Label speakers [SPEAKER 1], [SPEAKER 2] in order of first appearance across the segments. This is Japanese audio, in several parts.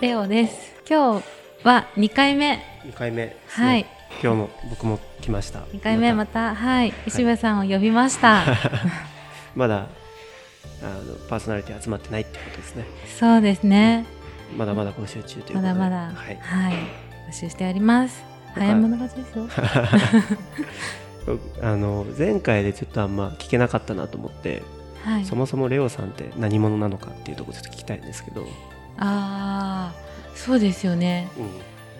[SPEAKER 1] レオです。今日は2回目、
[SPEAKER 2] 2回目ですね、
[SPEAKER 1] はい
[SPEAKER 2] 今日も僕も来ました
[SPEAKER 1] 2回目ま
[SPEAKER 2] また
[SPEAKER 1] た、はい、石部さんを呼びま した。
[SPEAKER 2] まだあのパーソナリティ集まってないってことですね
[SPEAKER 1] そうですね。
[SPEAKER 2] まだまだ募集中ということで
[SPEAKER 1] まだまだ、
[SPEAKER 2] はい、
[SPEAKER 1] はい、募集しております。
[SPEAKER 2] か
[SPEAKER 1] 早い者勝ち ですよ。
[SPEAKER 2] 僕あの前回でちょっとあんま聞けなかったなと思って、
[SPEAKER 1] はい。
[SPEAKER 2] そもそもレオさんって何者なのかっていうところちょっと聞きたいんですけど、
[SPEAKER 1] ああ、そうですよね。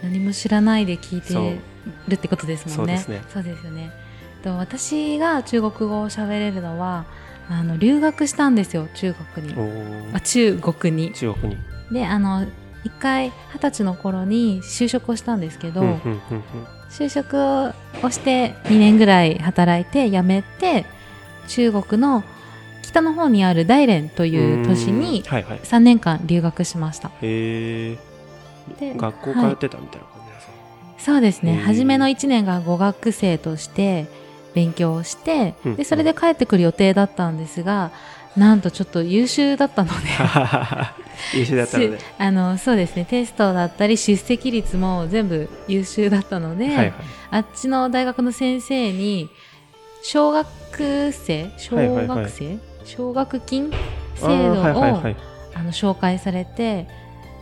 [SPEAKER 2] う
[SPEAKER 1] 何も知らないで聞い
[SPEAKER 2] そう
[SPEAKER 1] てるってことですもんね。
[SPEAKER 2] そうですね
[SPEAKER 1] そうですよね。と私が中国語を喋れるのはあの留学したんですよ中国に
[SPEAKER 2] ん、。お
[SPEAKER 1] あ
[SPEAKER 2] ー
[SPEAKER 1] 中国に。
[SPEAKER 2] 中国に
[SPEAKER 1] であの一回二十歳の頃に就職をしたんですけど、
[SPEAKER 2] うんうんうんうん
[SPEAKER 1] 就職をして2年ぐらい働いて辞めて中国の北の方にある大連という都市
[SPEAKER 2] う
[SPEAKER 1] に
[SPEAKER 2] ーんはいはい
[SPEAKER 1] 3年間留学しました。
[SPEAKER 2] へえ
[SPEAKER 1] で
[SPEAKER 2] 学校通
[SPEAKER 1] はい
[SPEAKER 2] ってたみたいな感じなんですか、
[SPEAKER 1] そうですね
[SPEAKER 2] へー
[SPEAKER 1] 初めの1年が語学生として勉強をして
[SPEAKER 2] うん
[SPEAKER 1] でそれで帰ってくる予定だったんですがなんとちょっと優秀だ ったので
[SPEAKER 2] 優秀だったので、
[SPEAKER 1] あのそうですねテストだったり出席率も全部優秀だったので、
[SPEAKER 2] はいはい
[SPEAKER 1] あっちの大学の先生に小学生小
[SPEAKER 2] はい
[SPEAKER 1] 学生、
[SPEAKER 2] はいはい
[SPEAKER 1] 奨学金制
[SPEAKER 2] あー
[SPEAKER 1] 度を
[SPEAKER 2] はいはいはい
[SPEAKER 1] あの紹介されて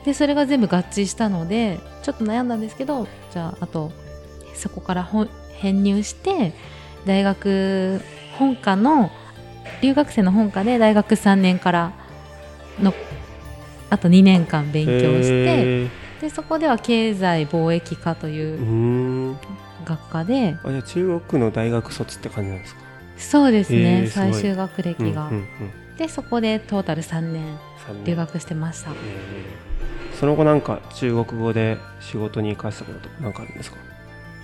[SPEAKER 1] でそれが全部合致したのでちょっと悩んだんですけどじゃああとそこからほん編入して大学本科の留学生の本科で大学3年からのあと2年間勉強して
[SPEAKER 2] へー
[SPEAKER 1] でそこでは経済貿易科というう
[SPEAKER 2] ーん
[SPEAKER 1] 学科で
[SPEAKER 2] あじゃあ中国の大学卒って感じなんですか
[SPEAKER 1] そうですね、
[SPEAKER 2] えーすごい
[SPEAKER 1] 最終学歴が、
[SPEAKER 2] うんうんうん
[SPEAKER 1] でそこでトータル3年
[SPEAKER 2] 三年
[SPEAKER 1] 留学してました、
[SPEAKER 2] えーその後なんか中国語で仕事に生かしたこととかなんかあるんですか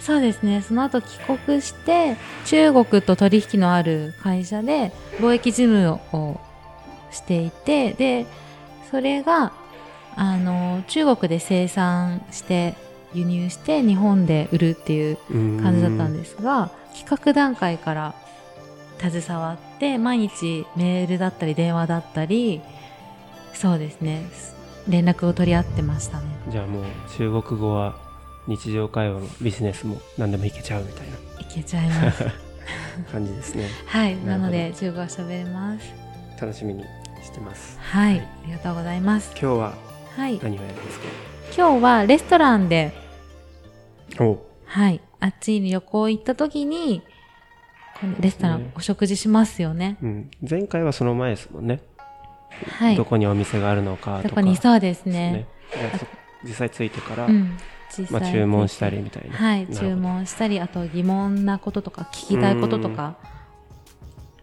[SPEAKER 1] そうですねその後帰国して中国と取引のある会社で貿易事務をしていてでそれがあの中国で生産して輸入して日本で売るっていう感
[SPEAKER 2] 感
[SPEAKER 1] じだったんですが企画段階から携わって毎日メールだったり電話だったりそうですねす連絡を取り合ってましたね
[SPEAKER 2] じゃあもう中国語は日常会話もビジネスも何でもいけちゃうみたい
[SPEAKER 1] いけちゃいます
[SPEAKER 2] な感じですね
[SPEAKER 1] はいな
[SPEAKER 2] なるほど
[SPEAKER 1] ので中国語喋れます
[SPEAKER 2] 楽しみにしてます
[SPEAKER 1] はい
[SPEAKER 2] はい
[SPEAKER 1] ありがとうございます
[SPEAKER 2] 今日は
[SPEAKER 1] はい
[SPEAKER 2] 何をやるんですか
[SPEAKER 1] 今日はレストランで
[SPEAKER 2] お
[SPEAKER 1] はいあっちに旅行行った時にこのレストラン
[SPEAKER 2] ね
[SPEAKER 1] お食事しますよね
[SPEAKER 2] うん、前回はその前ですもんね、
[SPEAKER 1] はい
[SPEAKER 2] どこにお店があるのかと
[SPEAKER 1] ど
[SPEAKER 2] か
[SPEAKER 1] こにそうです
[SPEAKER 2] で
[SPEAKER 1] ね
[SPEAKER 2] すねでそ実際着いてから、
[SPEAKER 1] うん実
[SPEAKER 2] まあ、注文したりみたいな
[SPEAKER 1] はい、
[SPEAKER 2] なるほど
[SPEAKER 1] 注文したり、あと疑問なこととか、聞きたいこととか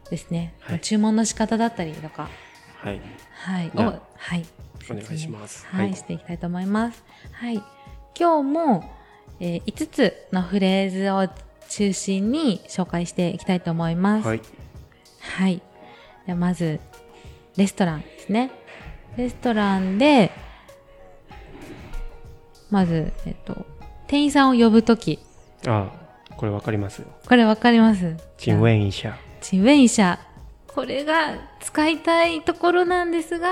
[SPEAKER 1] ですね。
[SPEAKER 2] はい
[SPEAKER 1] 注文の仕方だったりとか、
[SPEAKER 2] はい
[SPEAKER 1] はい、
[SPEAKER 2] じゃあ
[SPEAKER 1] を、はい、
[SPEAKER 2] お願いします
[SPEAKER 1] はい、
[SPEAKER 2] はい
[SPEAKER 1] していきたいと思います。はい、今日も、えー5つのフレーズを中心に紹介していきたいと思います。
[SPEAKER 2] はい
[SPEAKER 1] はい。ではまず、レストランですね。レストランで、まず、えっと、店員さんを呼ぶとき、
[SPEAKER 2] ああこれわかりますよ
[SPEAKER 1] これわかります
[SPEAKER 2] チンウェンイシャ
[SPEAKER 1] チンウェイ社。これが使いたいところなんですが、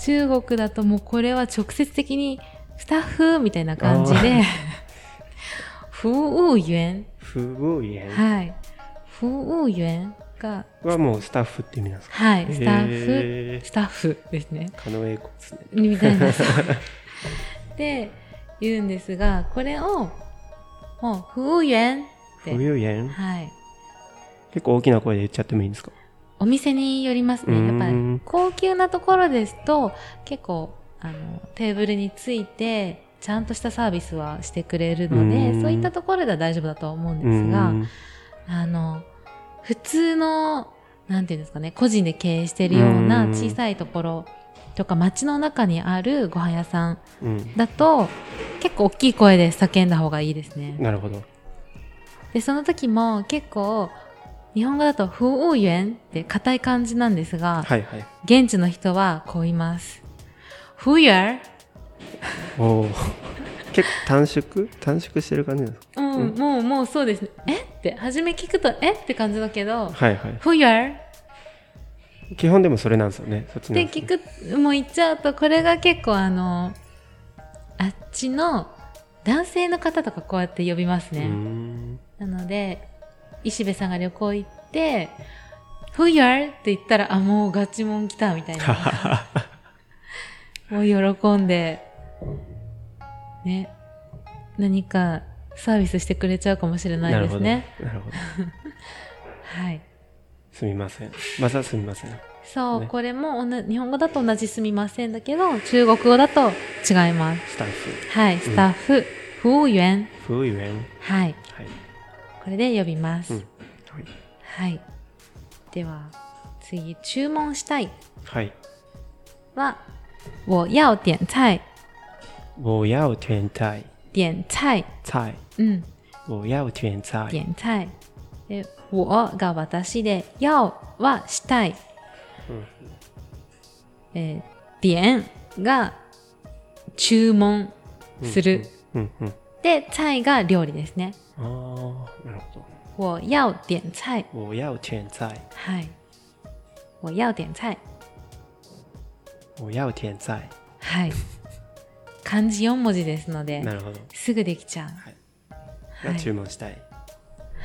[SPEAKER 1] 中国だともうこれは直接的にスタッフみたいな感じで、 服務員。
[SPEAKER 2] 不合園
[SPEAKER 1] はい。服務員が、
[SPEAKER 2] はもうスタッフって意味なんですか
[SPEAKER 1] はい、スタッフ、
[SPEAKER 2] へー
[SPEAKER 1] スタッフですね。
[SPEAKER 2] 狩野英孝ですね
[SPEAKER 1] みたい な。で、言うんですが、これを、もう、服務員って
[SPEAKER 2] 不、合園
[SPEAKER 1] はい。
[SPEAKER 2] 結構大きな声で言っちゃってもいいんですか
[SPEAKER 1] お店によります
[SPEAKER 2] う
[SPEAKER 1] ね。
[SPEAKER 2] ー
[SPEAKER 1] やっ
[SPEAKER 2] ん
[SPEAKER 1] ぱり高級なところですと結構あのテーブルについてちゃんとしたサービスはしてくれるの
[SPEAKER 2] うー
[SPEAKER 1] で
[SPEAKER 2] ん
[SPEAKER 1] そういったところでは大丈夫だと思うんで
[SPEAKER 2] う
[SPEAKER 1] すが
[SPEAKER 2] ん
[SPEAKER 1] あの普通のなんていうんですかね個人で経営してるような
[SPEAKER 2] うーん
[SPEAKER 1] 小さいところとか街の中にあるご飯屋さん
[SPEAKER 2] うん
[SPEAKER 1] だと結構大きい声で叫んだ方がいいですね。
[SPEAKER 2] なるほど
[SPEAKER 1] でその時も結構日本語だと「不応援」って硬い感じなんですが、
[SPEAKER 2] はいはい
[SPEAKER 1] 現地の人はこう言います。フーヤー
[SPEAKER 2] おお 結構短縮短縮してる感じなんですか
[SPEAKER 1] うん、
[SPEAKER 2] うん
[SPEAKER 1] もう、もうそうですね。えって、初め聞くと、えって感じだけど、
[SPEAKER 2] はいはい
[SPEAKER 1] フーヤーっ
[SPEAKER 2] 基本でもそれなんですよねそっちなん
[SPEAKER 1] て
[SPEAKER 2] ですね
[SPEAKER 1] 聞く、もう言っちゃうと、これが結構あの、あっちの男性の方とかこうやって呼びます
[SPEAKER 2] うー
[SPEAKER 1] ね、
[SPEAKER 2] ん
[SPEAKER 1] なので石部さんが旅行行って「Who you are?」って言ったら「あもうガチモン来た」みたいな もう喜んでね何かサービスしてくれちゃうかもしれない
[SPEAKER 2] なる
[SPEAKER 1] で
[SPEAKER 2] ほ
[SPEAKER 1] す
[SPEAKER 2] ど。
[SPEAKER 1] ね
[SPEAKER 2] なるほど。
[SPEAKER 1] はい
[SPEAKER 2] すみません。またすみません。
[SPEAKER 1] そう、
[SPEAKER 2] ね
[SPEAKER 1] これもおな日本語だと同じすみませんだけど中国語だと違います
[SPEAKER 2] スタッフ。
[SPEAKER 1] はいスタッフ、服務員
[SPEAKER 2] 服务員。
[SPEAKER 1] はい
[SPEAKER 2] はい。
[SPEAKER 1] これで呼びます、
[SPEAKER 2] うん。は
[SPEAKER 1] は
[SPEAKER 2] い。
[SPEAKER 1] いでは次注文したい
[SPEAKER 2] はい。
[SPEAKER 1] は我要点菜
[SPEAKER 2] 我要天菜。
[SPEAKER 1] 点菜
[SPEAKER 2] 菜。
[SPEAKER 1] うん
[SPEAKER 2] 我要天菜。
[SPEAKER 1] 点菜で我が私で要はしたい、
[SPEAKER 2] うん
[SPEAKER 1] えー点が注文する、
[SPEAKER 2] うんうん。
[SPEAKER 1] で菜が料理ですね
[SPEAKER 2] ああ、なるほ
[SPEAKER 1] 我要点菜。
[SPEAKER 2] ど。我要天菜。
[SPEAKER 1] はい。我要点菜。
[SPEAKER 2] 我要天菜。
[SPEAKER 1] はい。漢字4文字ですので、
[SPEAKER 2] なるほど。
[SPEAKER 1] すぐできちゃう。
[SPEAKER 2] が注文したい。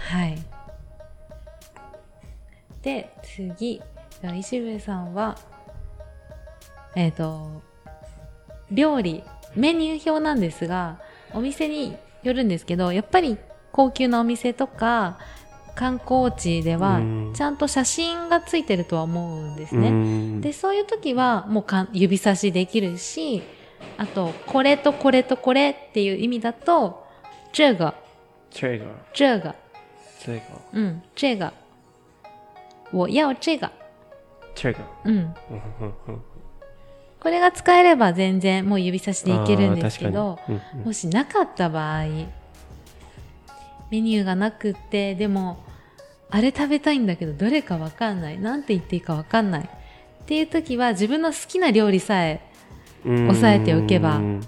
[SPEAKER 1] はい。で、次。じゃあ石部さんは、えっ、と、料理、メニュー表なんですが、お店によるんですけど、やっぱり高級なお店とか、観光地では
[SPEAKER 2] うん、
[SPEAKER 1] ちゃんと写真がついてるとは思うんです
[SPEAKER 2] う
[SPEAKER 1] ね。
[SPEAKER 2] ーん
[SPEAKER 1] でそういう時はもうかん指差しできるしあとこれとこれとこれっていう意味だと这个
[SPEAKER 2] 这个、
[SPEAKER 1] 这个
[SPEAKER 2] 这个、
[SPEAKER 1] うん这个我要这个
[SPEAKER 2] 这个。
[SPEAKER 1] うん
[SPEAKER 2] うんうんうん
[SPEAKER 1] これが使えれば全然もう指差しでいけるんですけ
[SPEAKER 2] あ
[SPEAKER 1] ど
[SPEAKER 2] ー確かにうんうん
[SPEAKER 1] もしなかった場合メニューがなくってでもあれ食べたいんだけどどれかわかんないなんて言っていいかわかんないっていう時は自分の好きな料理さえ押さえておけば
[SPEAKER 2] うん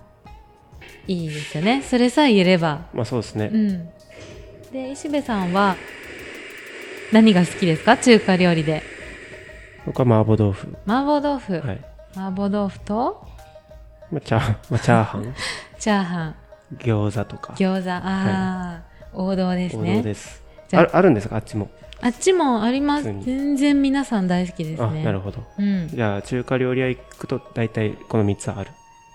[SPEAKER 1] いいですよねそれさえ言えれば
[SPEAKER 2] まあそうですね。
[SPEAKER 1] うんで石部さんは何が好きですか中華料理で
[SPEAKER 2] 僕は麻婆豆腐。
[SPEAKER 1] 麻婆豆腐、
[SPEAKER 2] はい。
[SPEAKER 1] 麻婆豆腐と
[SPEAKER 2] まあ、チャー、まあ、チャーハン、
[SPEAKER 1] チャーハン
[SPEAKER 2] 餃子とか。
[SPEAKER 1] 餃子あー、王道です
[SPEAKER 2] 王道
[SPEAKER 1] ね
[SPEAKER 2] です。
[SPEAKER 1] じゃあ
[SPEAKER 2] ああるんですかあっちも。
[SPEAKER 1] あっちもあります
[SPEAKER 2] 普通に
[SPEAKER 1] 全然皆さん大好きです
[SPEAKER 2] あ、
[SPEAKER 1] ね
[SPEAKER 2] なるほど。
[SPEAKER 1] うん、
[SPEAKER 2] じゃあ、中華料理屋行くと、大体この3つある。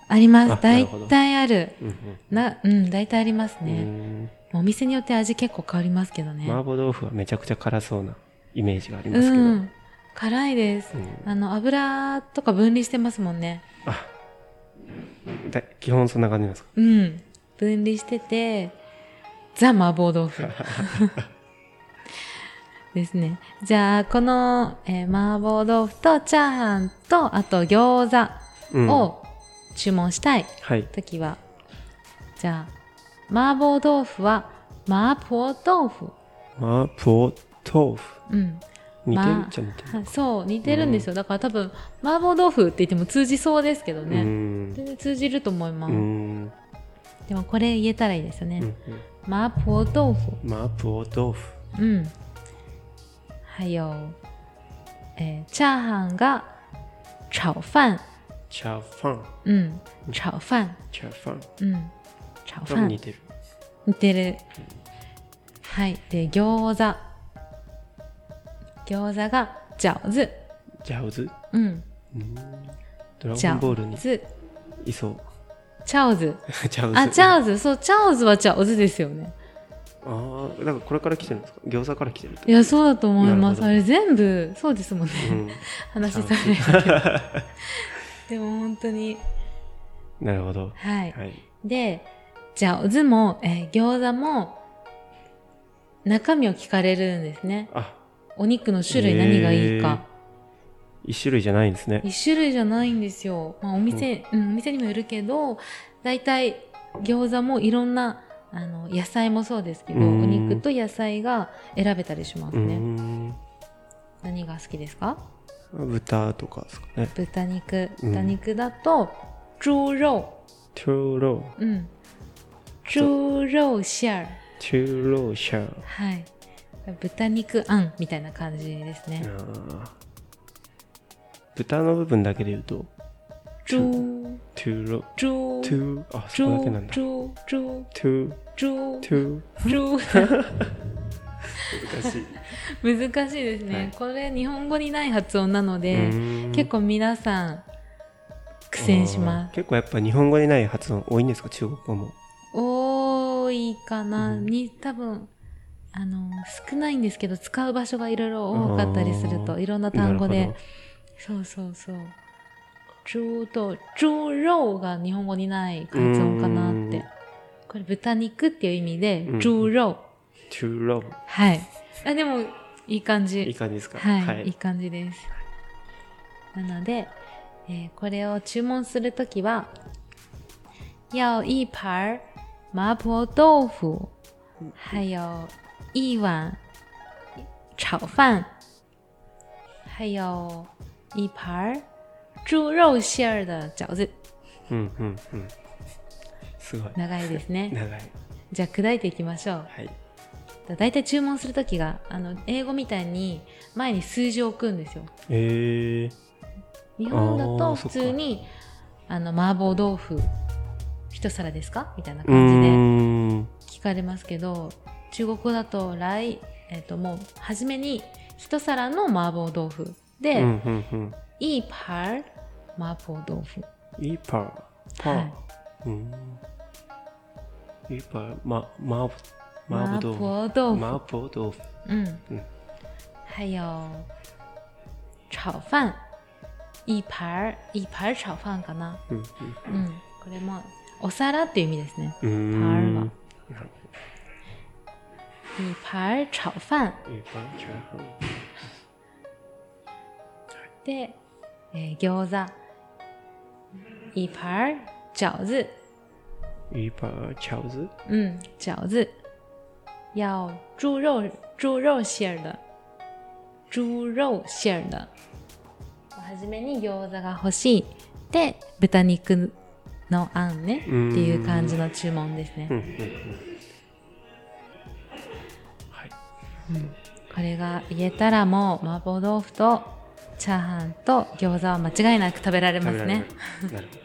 [SPEAKER 1] ありま
[SPEAKER 2] あ
[SPEAKER 1] す
[SPEAKER 2] なる
[SPEAKER 1] 大
[SPEAKER 2] ほど
[SPEAKER 1] 体ある
[SPEAKER 2] うん
[SPEAKER 1] なうん大体あります
[SPEAKER 2] うん。
[SPEAKER 1] ね、
[SPEAKER 2] う
[SPEAKER 1] お店によって味結構変わりますけど
[SPEAKER 2] ー
[SPEAKER 1] ね
[SPEAKER 2] ん麻婆豆腐はめちゃくちゃ辛そうなイメージがありま
[SPEAKER 1] う
[SPEAKER 2] すけど。うん
[SPEAKER 1] ん辛いです、あの油とか分離してますもんね
[SPEAKER 2] あだ基本そんな感じなんですか
[SPEAKER 1] うん分離しててザ麻婆豆 腐ですねじゃあこの、えー麻婆豆腐とチャーハンとあと餃
[SPEAKER 2] うん
[SPEAKER 1] 子を注文したい
[SPEAKER 2] はい。
[SPEAKER 1] 時は、じゃあ麻婆豆腐は麻婆豆腐
[SPEAKER 2] 麻婆豆腐。
[SPEAKER 1] うん
[SPEAKER 2] 似てる
[SPEAKER 1] まあ
[SPEAKER 2] っちゃ似てる。
[SPEAKER 1] はそう似てるんですよ、だから多分麻婆豆腐って言っても通じそうですけど
[SPEAKER 2] うー
[SPEAKER 1] ね、
[SPEAKER 2] ん。
[SPEAKER 1] 全然通じると思いま
[SPEAKER 2] う
[SPEAKER 1] す、
[SPEAKER 2] ーん。
[SPEAKER 1] でもこれ言えたらいいですよね、
[SPEAKER 2] うん
[SPEAKER 1] 麻婆豆腐
[SPEAKER 2] うん麻婆豆腐。
[SPEAKER 1] うん。还有，诶，チャーハンが炒饭，
[SPEAKER 2] チャーファン。
[SPEAKER 1] 嗯，炒饭，
[SPEAKER 2] チャーファン。
[SPEAKER 1] 嗯，炒
[SPEAKER 2] 多分
[SPEAKER 1] 饭
[SPEAKER 2] 似てる。
[SPEAKER 1] 似てる。はい。で、餃子。餃子が餃子。
[SPEAKER 2] ジャウズ。
[SPEAKER 1] うん。
[SPEAKER 2] ドラゴンボール
[SPEAKER 1] 餃
[SPEAKER 2] に
[SPEAKER 1] 子。
[SPEAKER 2] いそう。
[SPEAKER 1] チャオズ。
[SPEAKER 2] ジャウズ。
[SPEAKER 1] あ、チャオズ。そう、チャオズはチャオズですよね。
[SPEAKER 2] ああ、だからこれから来てるんですか餃子から来てるってこ
[SPEAKER 1] いや、そうだと思いま
[SPEAKER 2] なるほ
[SPEAKER 1] す。
[SPEAKER 2] ど
[SPEAKER 1] あれ全部、そうですもんね。
[SPEAKER 2] と。うん。
[SPEAKER 1] 話される けど。でも本当に、
[SPEAKER 2] なるほど。
[SPEAKER 1] はい。
[SPEAKER 2] はい。
[SPEAKER 1] で、じゃあ、おずも、えー餃子も、中身を聞かれるんですね。
[SPEAKER 2] あ、
[SPEAKER 1] お肉の種類何がいいか。
[SPEAKER 2] 一種類じゃないんですね。
[SPEAKER 1] 一種類じゃないんですよ。まあ、お店、うん、お店にもよるけど、だいたい餃子もいろんな、あの、野菜もそうですけど、
[SPEAKER 2] う
[SPEAKER 1] お
[SPEAKER 2] ん
[SPEAKER 1] 肉と野菜が選べたりしま
[SPEAKER 2] う
[SPEAKER 1] す
[SPEAKER 2] ー
[SPEAKER 1] ね。
[SPEAKER 2] ん。
[SPEAKER 1] 何が好きですか
[SPEAKER 2] 豚とかですかね。
[SPEAKER 1] 豚肉。
[SPEAKER 2] うん
[SPEAKER 1] 豚肉だと、猪肉。
[SPEAKER 2] チューロー。
[SPEAKER 1] うん。猪肉馅儿。
[SPEAKER 2] チューローシャー。
[SPEAKER 1] はい。豚肉あんみたいな感じですね。
[SPEAKER 2] あー豚の部分だけで言うと、
[SPEAKER 1] ジュー
[SPEAKER 2] トゥーロ
[SPEAKER 1] ジュ
[SPEAKER 2] ト
[SPEAKER 1] ー
[SPEAKER 2] ゥーあ
[SPEAKER 1] ジ
[SPEAKER 2] そこだ
[SPEAKER 1] ュ
[SPEAKER 2] けなん
[SPEAKER 1] ー
[SPEAKER 2] だ
[SPEAKER 1] ジュージュー
[SPEAKER 2] トゥー
[SPEAKER 1] ジュー
[SPEAKER 2] トゥ
[SPEAKER 1] ジュー
[SPEAKER 2] ー難しい
[SPEAKER 1] 難しいですね、
[SPEAKER 2] はい
[SPEAKER 1] これ日本語にない発音なので、結
[SPEAKER 2] 結
[SPEAKER 1] 構皆さん苦戦します
[SPEAKER 2] 結構やっぱ日本語にない発音多いんですか中国語も
[SPEAKER 1] 多いかな、
[SPEAKER 2] うん
[SPEAKER 1] に多分あの少ないんですけど使う場所がいろいろ多かったりする
[SPEAKER 2] あ
[SPEAKER 1] と
[SPEAKER 2] ー
[SPEAKER 1] いろんな
[SPEAKER 2] な
[SPEAKER 1] 単
[SPEAKER 2] るほ
[SPEAKER 1] 語
[SPEAKER 2] ど
[SPEAKER 1] でそうそうそう猪と猪肉が日本語にない発音かなっ
[SPEAKER 2] う
[SPEAKER 1] て
[SPEAKER 2] ん
[SPEAKER 1] これ豚肉っていう意味で
[SPEAKER 2] うん
[SPEAKER 1] 猪肉
[SPEAKER 2] トゥーロ
[SPEAKER 1] はいあでもいい感じ
[SPEAKER 2] いい感じですか
[SPEAKER 1] はい、い、い感じです。なので、えーこれを注文するときは、要一盘儿麻婆豆腐，还有一碗炒饭，还有一盘儿猪肉馅儿的饺子。
[SPEAKER 2] うんうんうんすごい
[SPEAKER 1] 長いですね。
[SPEAKER 2] 長い
[SPEAKER 1] じゃあ砕いていきましょう。
[SPEAKER 2] はい
[SPEAKER 1] だいたい注文するときが、あの英語みたいに前に数字を置くんですよ。
[SPEAKER 2] えー
[SPEAKER 1] 日本だ
[SPEAKER 2] あ
[SPEAKER 1] と
[SPEAKER 2] ー
[SPEAKER 1] 普通にあの麻婆豆腐一皿ですかみたいな
[SPEAKER 2] うー
[SPEAKER 1] 感
[SPEAKER 2] ん
[SPEAKER 1] じで聞かれますけど中国語だと来、えっともう初めに一皿の麻婆豆腐
[SPEAKER 2] うんう
[SPEAKER 1] で
[SPEAKER 2] んうん
[SPEAKER 1] 「一盘麻婆豆腐
[SPEAKER 2] いいパーパ
[SPEAKER 1] はい
[SPEAKER 2] ーうんいいパーま麻婆麻」
[SPEAKER 1] 麻
[SPEAKER 2] 婆豆腐
[SPEAKER 1] 婆豆腐
[SPEAKER 2] 麻婆豆腐
[SPEAKER 1] うん
[SPEAKER 2] うん
[SPEAKER 1] 还有炒饭一盘一盘炒饭かな
[SPEAKER 2] うん
[SPEAKER 1] うんこれもお皿っていう意味ですね
[SPEAKER 2] うんうーん
[SPEAKER 1] パーは
[SPEAKER 2] なるほ
[SPEAKER 1] 一盘炒饭
[SPEAKER 2] どいいパーチャーハン
[SPEAKER 1] で、えー餃子一盘儿饺子
[SPEAKER 2] 一盘饺子，
[SPEAKER 1] 嗯饺子要猪肉猪肉馅儿的猪肉馅儿的初めに餃子が欲しいで豚肉のあんねって
[SPEAKER 2] うん
[SPEAKER 1] いう感じの注文ですね
[SPEAKER 2] 嗯嗯嗯，はい、
[SPEAKER 1] これが言えたらもう麻婆豆腐とチャーハンと餃子は間違いなく食べられま
[SPEAKER 2] 食
[SPEAKER 1] す
[SPEAKER 2] べられ
[SPEAKER 1] ね
[SPEAKER 2] る。なるほ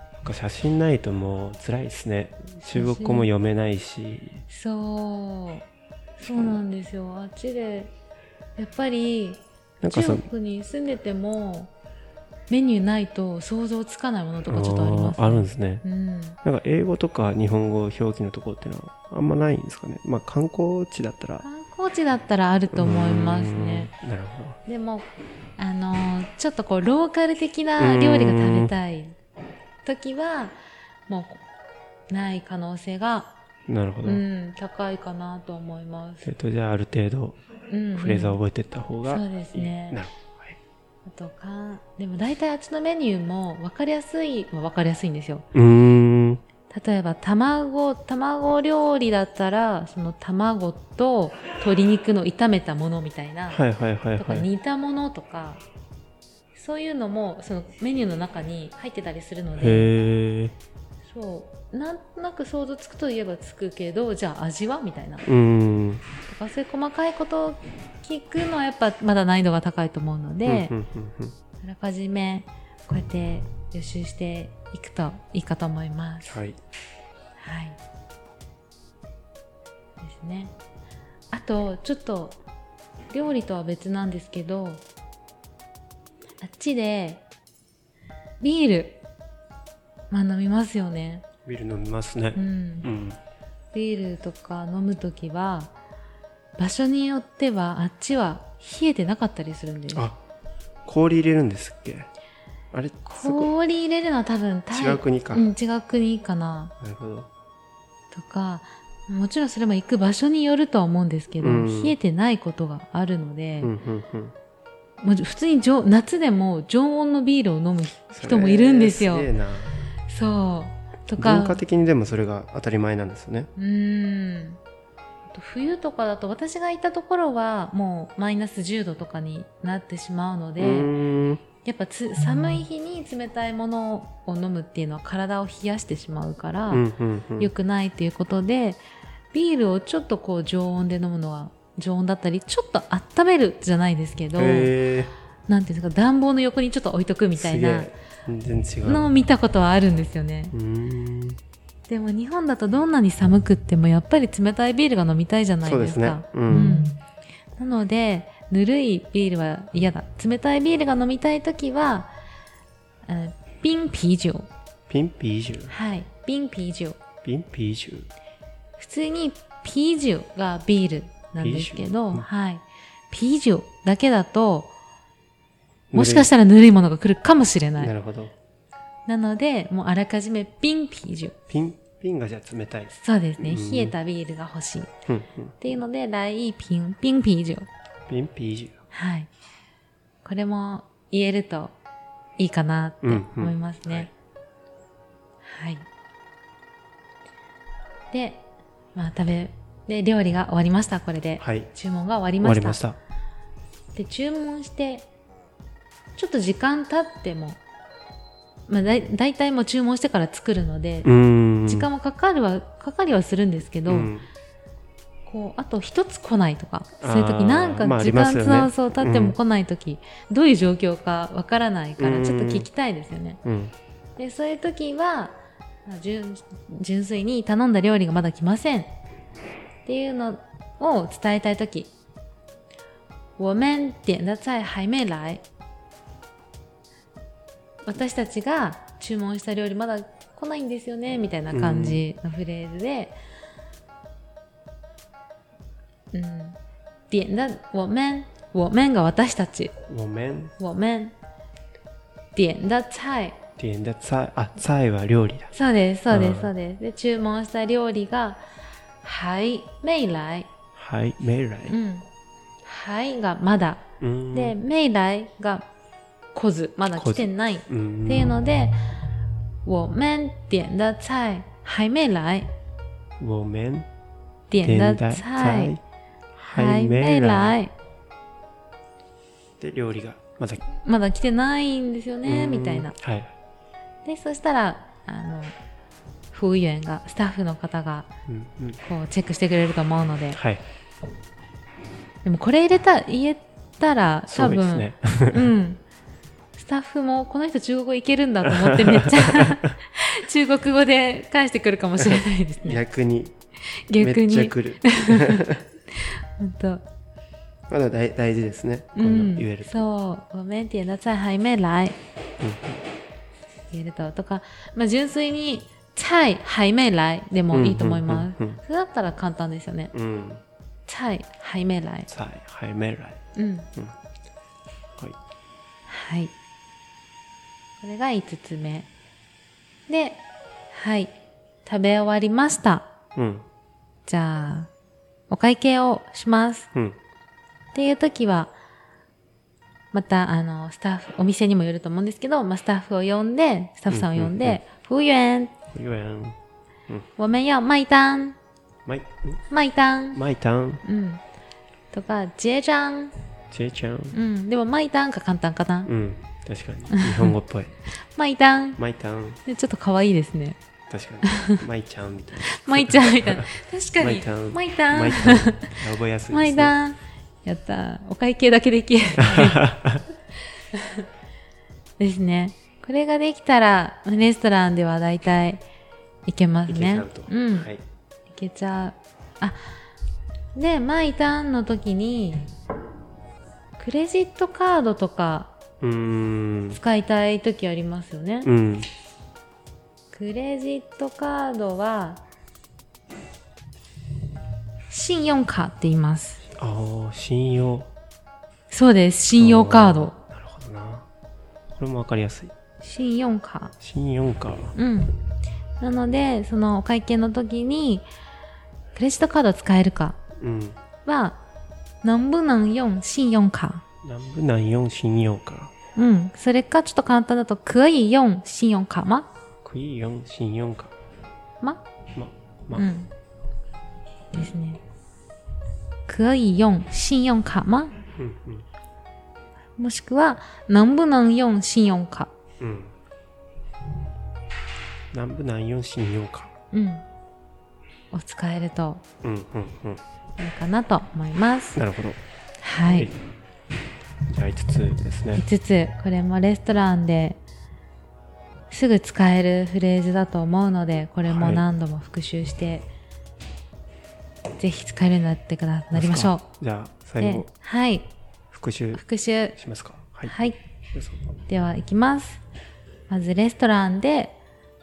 [SPEAKER 2] ど。なんか写真ないともう辛いですね。中国語も読めないし、
[SPEAKER 1] そうそうなんですよあっちでやっぱり
[SPEAKER 2] なんかそ
[SPEAKER 1] 中
[SPEAKER 2] の
[SPEAKER 1] 国に住んでてもメニューないと想像つかないものとかちょっとあります
[SPEAKER 2] ーあるんですね。
[SPEAKER 1] うん
[SPEAKER 2] なんか英語とか日本語表記のところってのはあんまないんですかね。まあ観光地だったら。
[SPEAKER 1] 観光地だったらあると思いますね
[SPEAKER 2] うーん。なるほど。
[SPEAKER 1] でもあのーちょっとこうローカル的な料理が食べたい時はもうない可能性が、
[SPEAKER 2] なるほど。
[SPEAKER 1] うん、高いかなと思います
[SPEAKER 2] えっとじゃあある程度
[SPEAKER 1] うんうん
[SPEAKER 2] フレーズを覚えていった方がいい、
[SPEAKER 1] そうですね
[SPEAKER 2] なるほど。はい
[SPEAKER 1] あとかでも大体あっちのメニューも分かりやすいは分かりやすいんですよ
[SPEAKER 2] うーん。
[SPEAKER 1] 例えば卵卵料理だったらその卵と鶏肉の炒めたものみたいな、
[SPEAKER 2] はいはいはい
[SPEAKER 1] とか
[SPEAKER 2] はい。
[SPEAKER 1] 煮たものとかそういうのもそのメニューの中に入ってたりするので
[SPEAKER 2] へえ。
[SPEAKER 1] そうなんとなく想像つくといえばつくけどじゃあ味はみたいなと
[SPEAKER 2] うーん。
[SPEAKER 1] かそういう細かいことを聞くのはやっぱまだ難易度が高いと思うので。
[SPEAKER 2] うんうんうんうん
[SPEAKER 1] あらかじめこうやって予習していくといいかと思います。
[SPEAKER 2] はい。
[SPEAKER 1] はい。ですね。あとちょっと料理とは別なんですけど、あっちでビールまあ飲みますよね。
[SPEAKER 2] ビール飲みますね
[SPEAKER 1] う。ん
[SPEAKER 2] う。ん。
[SPEAKER 1] ビールとか飲むときは場所によってはあっちは冷えてなかったりするんです。
[SPEAKER 2] あ、氷入れるんですっけあれ、そこ、
[SPEAKER 1] 氷入れるのは多分タイ
[SPEAKER 2] 違う国か。
[SPEAKER 1] うん、違う国かな。
[SPEAKER 2] なるほど。
[SPEAKER 1] とかもちろんそれも行く場所によるとは思うんですけど、
[SPEAKER 2] うん
[SPEAKER 1] 冷えてないことがあるので、
[SPEAKER 2] うんうんうん。
[SPEAKER 1] もう普通に常夏でも常温のビールを飲む人もいるんですよ
[SPEAKER 2] そ。れすげえな。
[SPEAKER 1] そうと
[SPEAKER 2] 文化
[SPEAKER 1] か
[SPEAKER 2] 的にでもそれが当たり前なんですよね。
[SPEAKER 1] うーんあと冬とかだと私がいたところはもうマイナス10度とかになってしまうの
[SPEAKER 2] う
[SPEAKER 1] で、
[SPEAKER 2] ーん。
[SPEAKER 1] やっぱつ寒い日に冷たいものを飲むっていうのは体を冷やしてしまうから、
[SPEAKER 2] うんうんうん。
[SPEAKER 1] 良くないということでビールをちょっとこう常温で飲むのは常温だったりちょっと温めるじゃないですけど、
[SPEAKER 2] へえ。
[SPEAKER 1] なんていうんですか暖房の横にちょっと置いとくみたいな
[SPEAKER 2] すげえ全然違う
[SPEAKER 1] のを見たことはあるんですよね
[SPEAKER 2] うーん
[SPEAKER 1] でも日本だとどんなに寒くってもやっぱり冷たいビールが飲みたいじゃない
[SPEAKER 2] そう
[SPEAKER 1] で
[SPEAKER 2] ですす
[SPEAKER 1] か
[SPEAKER 2] ねう、
[SPEAKER 1] うんんなのでぬるいビールは嫌だ冷たいビールが飲みたい時は、えー、瓶啤酒
[SPEAKER 2] ピンピージュ
[SPEAKER 1] はい瓶啤酒
[SPEAKER 2] ピンピージュ
[SPEAKER 1] 普通に啤酒がビールなんですけど、
[SPEAKER 2] 啤酒
[SPEAKER 1] はい啤酒だけだともしかしたらぬるいものが来るかもしれない
[SPEAKER 2] なるほど
[SPEAKER 1] なので、もうあらかじめ瓶啤酒。
[SPEAKER 2] ピンピンがじゃあ冷たいです
[SPEAKER 1] そうですね。
[SPEAKER 2] うん
[SPEAKER 1] 冷えたビールが欲しい。っ
[SPEAKER 2] うんうん
[SPEAKER 1] ていうので、来一瓶、瓶啤酒。
[SPEAKER 2] ピンピージ
[SPEAKER 1] はい。これも言えるといいかなって思いますね。はい。で、まあ食べ、で、料理が終わりました、これで
[SPEAKER 2] ュ。はい
[SPEAKER 1] 注文が終わり
[SPEAKER 2] 終
[SPEAKER 1] ま
[SPEAKER 2] わ
[SPEAKER 1] し
[SPEAKER 2] り
[SPEAKER 1] た。
[SPEAKER 2] ました
[SPEAKER 1] で、注文して、ちょっと時間経っても、まあだい大体もう注文してから作るので、
[SPEAKER 2] うーん
[SPEAKER 1] 時間もかかるは、かかりはするんですけど、
[SPEAKER 2] うん
[SPEAKER 1] こう、あと一つ来ないとか、そういう
[SPEAKER 2] あ
[SPEAKER 1] 時、
[SPEAKER 2] ー
[SPEAKER 1] なんか
[SPEAKER 2] まああ
[SPEAKER 1] 時
[SPEAKER 2] りま
[SPEAKER 1] 間
[SPEAKER 2] すよね
[SPEAKER 1] そうそう経って
[SPEAKER 2] う
[SPEAKER 1] も
[SPEAKER 2] ん
[SPEAKER 1] 来ない時、どういう状況かわからないか
[SPEAKER 2] う
[SPEAKER 1] ら、
[SPEAKER 2] ん
[SPEAKER 1] ちょっと聞きたいですよね。
[SPEAKER 2] うん
[SPEAKER 1] で、そういう時は、まあ純純粋に頼んだ料理がまだ来ません。っていうのを伝えたい時、我们点的菜还没来。私たちが注文した料理まだ来ないんですよねみたいな感じのフレーズで、うん、点だ、我们、我们が私たち、
[SPEAKER 2] ごめん
[SPEAKER 1] 我们、点だ菜。
[SPEAKER 2] 点的菜あ菜は料理だ
[SPEAKER 1] そうです、そうで
[SPEAKER 2] う
[SPEAKER 1] す、
[SPEAKER 2] ん
[SPEAKER 1] そうです。で、注文した料理が、はい、未来。
[SPEAKER 2] はい未来
[SPEAKER 1] うん。はいがまだ。
[SPEAKER 2] うーん
[SPEAKER 1] で、未来が来ず、まだ来てない。
[SPEAKER 2] うーん
[SPEAKER 1] っていうので、我们点的菜还没来。
[SPEAKER 2] ごめん
[SPEAKER 1] 点的
[SPEAKER 2] 的
[SPEAKER 1] 菜
[SPEAKER 2] は
[SPEAKER 1] 还
[SPEAKER 2] い
[SPEAKER 1] 没
[SPEAKER 2] 未来
[SPEAKER 1] 来。
[SPEAKER 2] で料理がまだ
[SPEAKER 1] まだ来てないんですよね、
[SPEAKER 2] うん
[SPEAKER 1] みたいな。
[SPEAKER 2] はい
[SPEAKER 1] で、そしたら、あの、服務員が、スタッフの方が、
[SPEAKER 2] うんうん
[SPEAKER 1] こう、チェックしてくれると思うので。
[SPEAKER 2] はい
[SPEAKER 1] でも、これ入れた、言えたら、
[SPEAKER 2] す
[SPEAKER 1] 多
[SPEAKER 2] ごいで
[SPEAKER 1] 分、
[SPEAKER 2] すね
[SPEAKER 1] うん。スタッフも、この人中国語いけるんだと思って、めっち ゃ、中国語で返してくるかもしれないですね。
[SPEAKER 2] 逆に
[SPEAKER 1] 逆
[SPEAKER 2] めっちゃ
[SPEAKER 1] に。
[SPEAKER 2] 来る
[SPEAKER 1] 本当
[SPEAKER 2] まだ大大事ですねこ
[SPEAKER 1] う
[SPEAKER 2] ういうんの言えると
[SPEAKER 1] そう、ごめんって言うなさい、はい、め来。言えると。とか、まあ、純粋に、菜はいめ来でもいいと思います。
[SPEAKER 2] うんうんうん
[SPEAKER 1] それだったら簡単ですよね。
[SPEAKER 2] うん
[SPEAKER 1] 菜はいめ来。
[SPEAKER 2] 菜はい未来
[SPEAKER 1] うん。
[SPEAKER 2] はい
[SPEAKER 1] はい。これが5つ目。で、はい。食べ終わりました。
[SPEAKER 2] うん
[SPEAKER 1] じゃあ、お会計をします。
[SPEAKER 2] うん
[SPEAKER 1] っていう時は、また、あの、スタッフ、お店にもよると思うんですけど、まあ、スタッフを呼んで、スタッフさんを呼ん
[SPEAKER 2] うんうんう
[SPEAKER 1] で、服务員、
[SPEAKER 2] これは
[SPEAKER 1] 我们要卖单、
[SPEAKER 2] マイ
[SPEAKER 1] 卖单、
[SPEAKER 2] マイタン
[SPEAKER 1] うん。とか、结账、
[SPEAKER 2] ジェイちゃん
[SPEAKER 1] うん。でも、卖单が簡単かな
[SPEAKER 2] う。ん確かに日本語っぽい
[SPEAKER 1] 卖单。
[SPEAKER 2] マイタン
[SPEAKER 1] でちょっと可愛いですね。
[SPEAKER 2] 確かにマイちゃんみたい
[SPEAKER 1] まいちゃんみたいな。確か
[SPEAKER 2] なマイ
[SPEAKER 1] に
[SPEAKER 2] タン。
[SPEAKER 1] まい
[SPEAKER 2] な
[SPEAKER 1] た
[SPEAKER 2] マ
[SPEAKER 1] ん
[SPEAKER 2] イ。タン覚えやすいですね
[SPEAKER 1] まいたん。やった。お会計だけできる。 ですね。これができたら、レストランでは大体いけます
[SPEAKER 2] いけちゃ
[SPEAKER 1] ね
[SPEAKER 2] うと。
[SPEAKER 1] うん。
[SPEAKER 2] はいい
[SPEAKER 1] けちゃう。あ、で、まいたんの時に、クレジットカードとか
[SPEAKER 2] うーん
[SPEAKER 1] 使いたい時ありますよね。
[SPEAKER 2] うん
[SPEAKER 1] クレジットカードは、信用カって言います。
[SPEAKER 2] ああ信用
[SPEAKER 1] そうです。信用カード。
[SPEAKER 2] あーなるほどなこれもわかりやすい
[SPEAKER 1] 信用カ
[SPEAKER 2] 信用カー
[SPEAKER 1] うん。なので、そのお会計の時に、クレジットカード使えるか
[SPEAKER 2] うん
[SPEAKER 1] は、能不能用信用卡
[SPEAKER 2] 南部南用信用カー
[SPEAKER 1] うん。それか、ちょっと簡単だと、可以用信用卡吗
[SPEAKER 2] 可以用信用卡
[SPEAKER 1] 吗
[SPEAKER 2] まま、
[SPEAKER 1] うん。ですね。可以用信用卡吗
[SPEAKER 2] うんうん
[SPEAKER 1] もしくは、能不能用信用卡
[SPEAKER 2] うん南部南用信用カ
[SPEAKER 1] うん。を使えると
[SPEAKER 2] うんうんうん
[SPEAKER 1] いいかなと思います。
[SPEAKER 2] なるほど
[SPEAKER 1] はい。
[SPEAKER 2] じゃあ5つですね
[SPEAKER 1] 5つこれもレストランですぐ使えるフレーズだと思うのでこれも何度も復習して、ぜひ使えるようになってくだなりましょ
[SPEAKER 2] じゃあ
[SPEAKER 1] う。
[SPEAKER 2] 最
[SPEAKER 1] で
[SPEAKER 2] 後、
[SPEAKER 1] はい、
[SPEAKER 2] 復習
[SPEAKER 1] 復習
[SPEAKER 2] しますかはい、
[SPEAKER 1] はい、
[SPEAKER 2] 皆さんは
[SPEAKER 1] では行きます。まずレストランで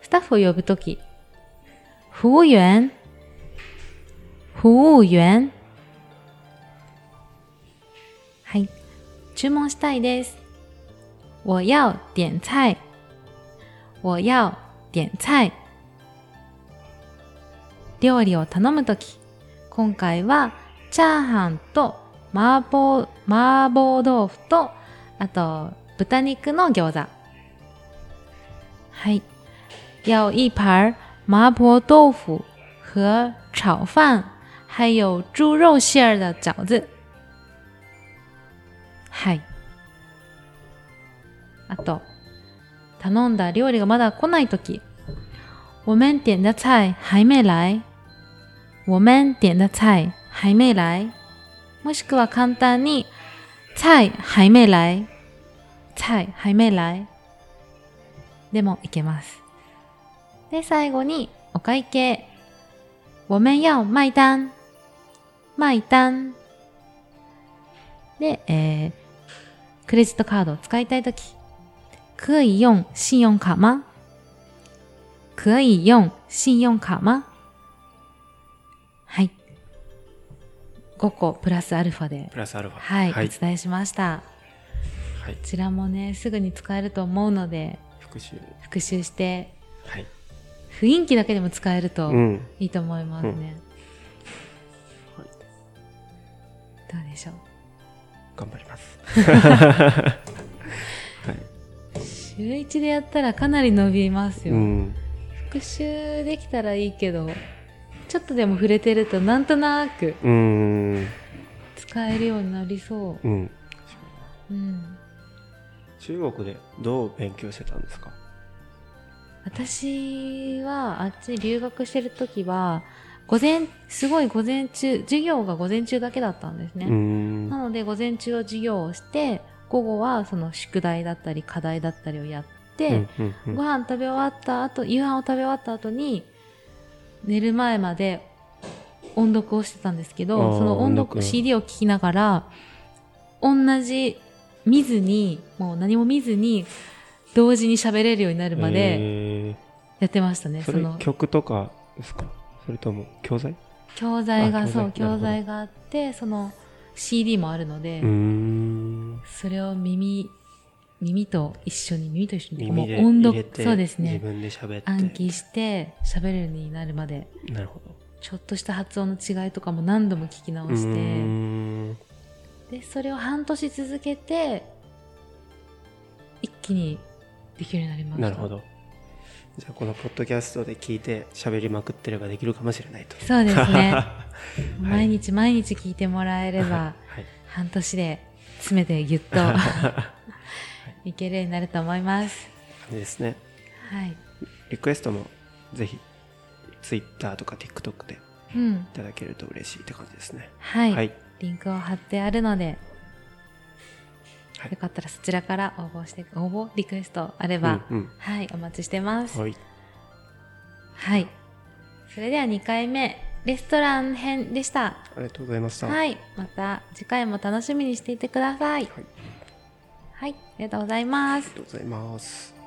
[SPEAKER 1] スタッフを呼ぶとき、服務員、服務員。はい、注文したいです。我要点菜。我要点菜。料理を頼むとき、今回はチャーハンと麻婆麻婆豆腐とあと豚肉の餃子。はい。要一盘麻婆豆腐和炒饭，还有猪肉馅儿的饺子。はい。あと、頼んだ料理がまだ来ないとき。我们点的菜还没来。我们点的菜还没来。もしくは簡単に、菜还没来。菜还没来。でもいけます。で、最後に、お会計。我们要卖单。卖单。で、えー、クレジットカードを使いたいとき。可以用信用卡吗可以用信用卡吗はい。5個プラスアルファで、
[SPEAKER 2] プラスアルファ
[SPEAKER 1] はい、
[SPEAKER 2] はい
[SPEAKER 1] お伝えしました。
[SPEAKER 2] はい
[SPEAKER 1] こちらもね、すぐに使えると思うので、
[SPEAKER 2] 復習
[SPEAKER 1] 復習して、
[SPEAKER 2] はい
[SPEAKER 1] 雰囲気だけでも使えると
[SPEAKER 2] うん
[SPEAKER 1] いいと思います
[SPEAKER 2] うん
[SPEAKER 1] ね。
[SPEAKER 2] はい
[SPEAKER 1] どうでしょう
[SPEAKER 2] 頑張り ます
[SPEAKER 1] 週1でやったらかなり伸びますよ。
[SPEAKER 2] うん
[SPEAKER 1] 復習できたらいいけど、ちょっとでも触れてるとなんとなく
[SPEAKER 2] うん
[SPEAKER 1] 使えるようになりそ
[SPEAKER 2] うん
[SPEAKER 1] う。うん。
[SPEAKER 2] 中国でどう勉強してたんですか
[SPEAKER 1] 私はあっちに留学してる時は、午前、すごい午前中、授業が午前中だけだったんですね。
[SPEAKER 2] うん
[SPEAKER 1] なので午前中は授業をして午後はその宿題だったり課題だったりをやっ
[SPEAKER 2] う
[SPEAKER 1] て
[SPEAKER 2] ん、うんうん
[SPEAKER 1] ご飯食べ終わった後夕飯を食べ終わった後に寝る前まで音読をしてたんですけ
[SPEAKER 2] あー
[SPEAKER 1] どその音
[SPEAKER 2] 音
[SPEAKER 1] 読
[SPEAKER 2] 読
[SPEAKER 1] CD を聴きながら同じ見ずにもう何も見ずに同時に喋れるようになるまで
[SPEAKER 2] え
[SPEAKER 1] やってましたね、
[SPEAKER 2] ーそ
[SPEAKER 1] そ
[SPEAKER 2] れ
[SPEAKER 1] の
[SPEAKER 2] 曲とかですかそれとも教材
[SPEAKER 1] 教材
[SPEAKER 2] あ
[SPEAKER 1] がそう
[SPEAKER 2] 教材
[SPEAKER 1] 教
[SPEAKER 2] なる
[SPEAKER 1] 材があってその CD もあるので、
[SPEAKER 2] うん
[SPEAKER 1] それを耳、耳と一緒に、耳と一緒に、
[SPEAKER 2] 耳で
[SPEAKER 1] もう音
[SPEAKER 2] 入れ
[SPEAKER 1] 読、
[SPEAKER 2] て
[SPEAKER 1] そうです
[SPEAKER 2] 自
[SPEAKER 1] ね。
[SPEAKER 2] 分で喋って
[SPEAKER 1] 暗記して喋れるようになるまで、
[SPEAKER 2] なるほど
[SPEAKER 1] ちょっとした発音の違いとかも何度も聞き直
[SPEAKER 2] う
[SPEAKER 1] して、
[SPEAKER 2] ん
[SPEAKER 1] で、それを半年続けて、一気にできるようになりました。
[SPEAKER 2] なるほ。どじゃあこのポッドキャストで聞いて喋りまくってればできるかもしれないと
[SPEAKER 1] そうです ね。
[SPEAKER 2] は
[SPEAKER 1] 毎日毎日聞いてもらえれ ば、
[SPEAKER 2] い
[SPEAKER 1] 半年で詰めてぎゅっと いけるようになると思います。
[SPEAKER 2] 感じですね
[SPEAKER 1] はい。
[SPEAKER 2] リクエストもぜひ Twitter とか TikTok でい
[SPEAKER 1] うん。
[SPEAKER 2] ただけると嬉しいって感じですね
[SPEAKER 1] はい。
[SPEAKER 2] はい
[SPEAKER 1] リンクを貼ってあるので、
[SPEAKER 2] はい
[SPEAKER 1] よかったらそちらから応募して、応募リクエストあれ
[SPEAKER 2] う
[SPEAKER 1] ば、
[SPEAKER 2] んうん
[SPEAKER 1] はい、お待ちしてます。
[SPEAKER 2] はい
[SPEAKER 1] はい。それでは2回目、レストラン編でした。
[SPEAKER 2] ありがとうございました
[SPEAKER 1] はい。また次回も楽しみにしていてください。
[SPEAKER 2] はい
[SPEAKER 1] はい、ありがとうございます
[SPEAKER 2] ありが。とうございます